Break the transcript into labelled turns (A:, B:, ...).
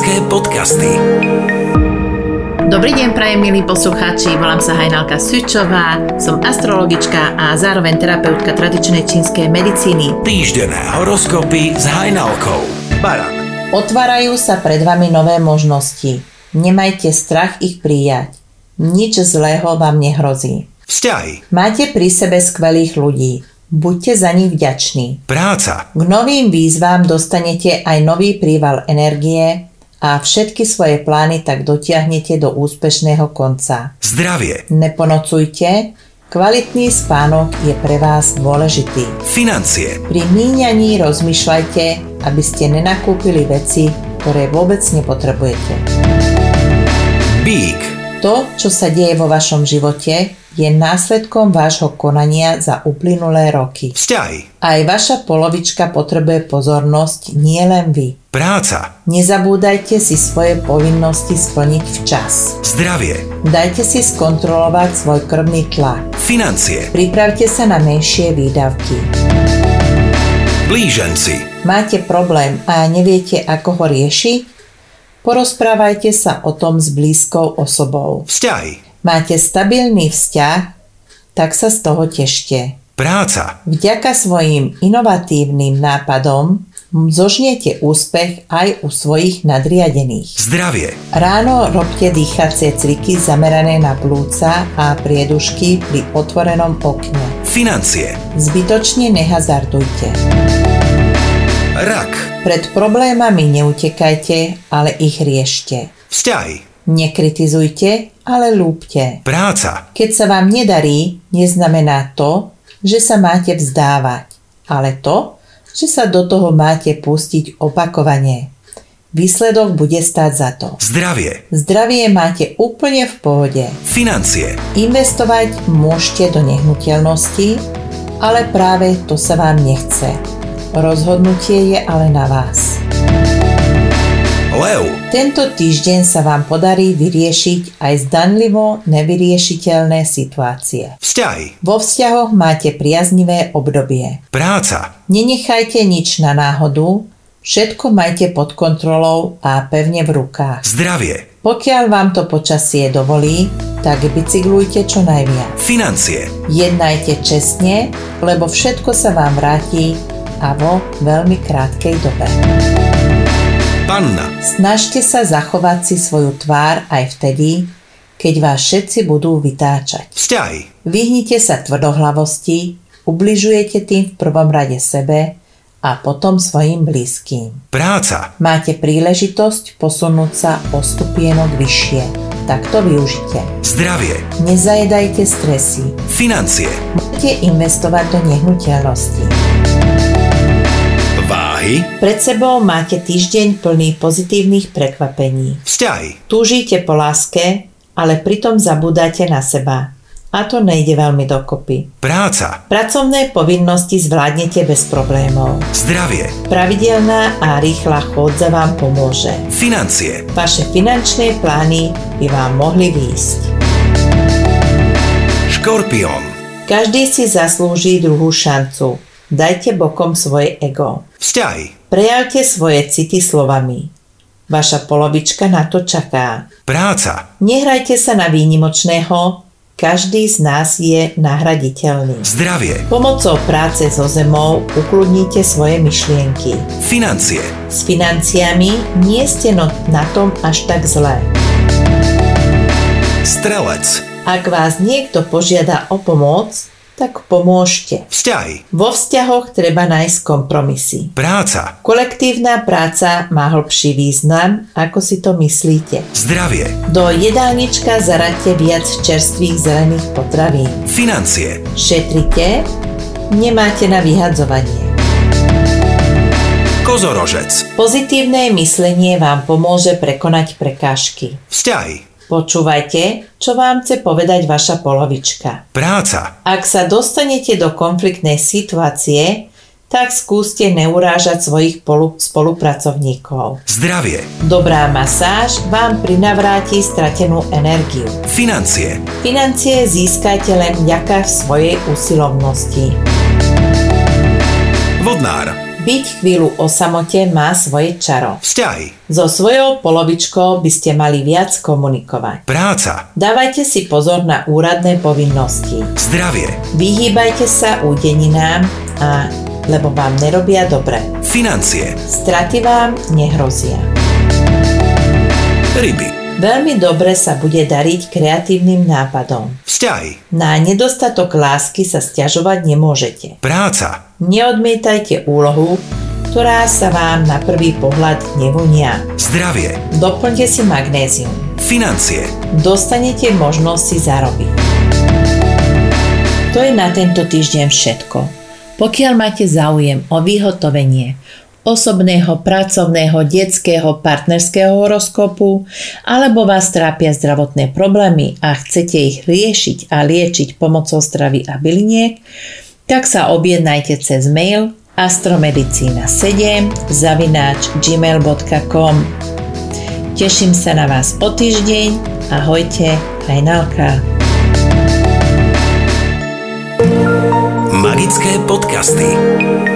A: Podcasty.
B: Dobrý deň, prajem milí poslucháči, volám sa Hajnalka Sučová, som astrologička a zároveň terapeutka tradičnej čínskej medicíny.
A: Týždené horoskopy s Hajnalkou. Baran,
B: Otvárajú sa pred vami nové možnosti. Nemajte strach ich prijať. Nič zlého vám nehrozí.
A: vzťahy,
B: Máte pri sebe skvelých ľudí. Buďte za nich vďační.
A: práca,
B: K novým výzvám dostanete aj nový príval energie a všetky svoje plány tak dotiahnete do úspešného konca.
A: zdravie,
B: Neponocujte, kvalitný spánok je pre vás dôležitý.
A: financie,
B: Pri míňaní rozmýšľajte, aby ste nenakúpili veci, ktoré vôbec nepotrebujete.
A: bík,
B: To, čo sa deje vo vašom živote, je následkom vášho konania za uplynulé roky.
A: vzťahy,
B: Aj vaša polovička potrebuje pozornosť, nielen vy.
A: práca,
B: Nezabúdajte si svoje povinnosti splniť včas.
A: zdravie,
B: Dajte si skontrolovať svoj krvný tlak.
A: financie,
B: Pripravte sa na menšie výdavky.
A: blíženci,
B: Máte problém a neviete, ako ho riešiť? Porozprávajte sa o tom s blízkou osobou.
A: vzťahy,
B: Máte stabilný vzťah, tak sa z toho tešte.
A: práca,
B: Vďaka svojim inovatívnym nápadom zožniete úspech aj u svojich nadriadených.
A: zdravie,
B: Ráno robte dýchacie cviky zamerané na plúca a priedušky pri otvorenom okne.
A: financie,
B: Zbytočne nehazardujte.
A: rak,
B: Pred problémami neutekajte, ale ich riešte.
A: vzťahy,
B: Nekritizujte, ale lúpte.
A: práca,
B: Keď sa vám nedarí, neznamená to, že sa máte vzdávať, ale to, že sa do toho máte pustiť opakovane. Výsledok bude stáť za to.
A: zdravie,
B: Zdravie máte úplne v pohode.
A: financie,
B: Investovať môžete do nehnuteľnosti, ale práve to sa vám nechce. Rozhodnutie je ale na vás.
A: lev,
B: Tento týždeň sa vám podarí vyriešiť aj zdanlivo nevyriešiteľné situácie.
A: vzťahy,
B: Vo vzťahoch máte priaznivé obdobie.
A: práca,
B: Nenechajte nič na náhodu, všetko majte pod kontrolou a pevne v rukách.
A: zdravie,
B: Pokiaľ vám to počasie dovolí, tak bicyklujte čo najviac.
A: financie,
B: Jednajte čestne, lebo všetko sa vám vráti a vo veľmi krátkej dobe.
A: panna,
B: Snažte sa zachovať si svoju tvár aj vtedy, keď vás všetci budú vytáčať.
A: vzťahy,
B: Vyhnite sa tvrdohlavosti, ubližujete tým v prvom rade sebe a potom svojim blízkym.
A: práca,
B: Máte príležitosť posunúť sa o stupienok vyššie. Tak to využite.
A: zdravie,
B: Nezajedajte stresy.
A: financie,
B: Môžete investovať do nehnuteľnosti.
A: váhy,
B: Pred sebou máte týždeň plný pozitívnych prekvapení.
A: vzťahy,
B: Túžite po láske, ale pritom zabúdate na seba. A to nejde veľmi dokopy.
A: práca,
B: Pracovné povinnosti zvládnete bez problémov.
A: zdravie,
B: Pravidelná a rýchla chôdza vám pomôže.
A: financie,
B: Vaše finančné plány by vám mohli výjsť.
A: škorpión,
B: Každý si zaslúži druhú šancu. Dajte bokom svoje ego.
A: vzťahy,
B: Prejavte svoje city slovami. Vaša polovička na to čaká.
A: práca,
B: Nehrajte sa na výnimočného, každý z nás je nahraditeľný.
A: zdravie,
B: Pomocou práce so zemou ukludnite svoje myšlienky.
A: financie,
B: S financiami nie ste no na tom až tak zlé.
A: strelec,
B: Ak vás niekto požiada o pomoc, tak pomôžte.
A: vzťahy,
B: Vo vzťahoch treba nájsť kompromisy.
A: práca,
B: Kolektívna práca má hlbší význam, ako si to myslíte.
A: zdravie,
B: Do jedálnička zaraďte viac čerstvých zelených potravín.
A: financie,
B: Šetrite, nemáte na vyhadzovanie.
A: kozorožec,
B: Pozitívne myslenie vám pomôže prekonať prekážky.
A: vzťahy,
B: Počúvajte, čo vám chce povedať vaša polovička.
A: práca,
B: Ak sa dostanete do konfliktnej situácie, tak skúste neurážať svojich polu- spolupracovníkov.
A: zdravie,
B: Dobrá masáž vám prinavráti stratenú energiu.
A: financie,
B: Financie získajte len vďaka svojej usilovnosti.
A: vodnár,
B: Byť chvíľu o samote má svoje čaro.
A: vzťahy,
B: So svojou polovičkou by ste mali viac komunikovať.
A: práca,
B: Dávajte si pozor na úradné povinnosti.
A: zdravie,
B: Vyhýbajte sa údeninám, a, lebo vám nerobia dobre.
A: financie,
B: Straty vám nehrozia.
A: ryby,
B: Veľmi dobre sa bude dariť kreatívnym nápadom.
A: vzťahy,
B: Na nedostatok lásky sa stiažovať nemôžete.
A: práca,
B: Neodmietajte úlohu, ktorá sa vám na prvý pohľad nevonia.
A: zdravie,
B: Doplňte si magnézium.
A: financie,
B: Dostanete možnosť si zarobiť. To je na tento týždeň všetko. Pokiaľ máte záujem o vyhotovenie osobného, pracovného, detského, partnerského horoskopu alebo vás trápia zdravotné problémy a chcete ich riešiť a liečiť pomocou stravy a byliniek, tak sa objednajte cez mail astromedicina7 zavináč gmail.com Teším sa na vás o týždeň. Ahojte, Hajnalka.
A: magické podcasty.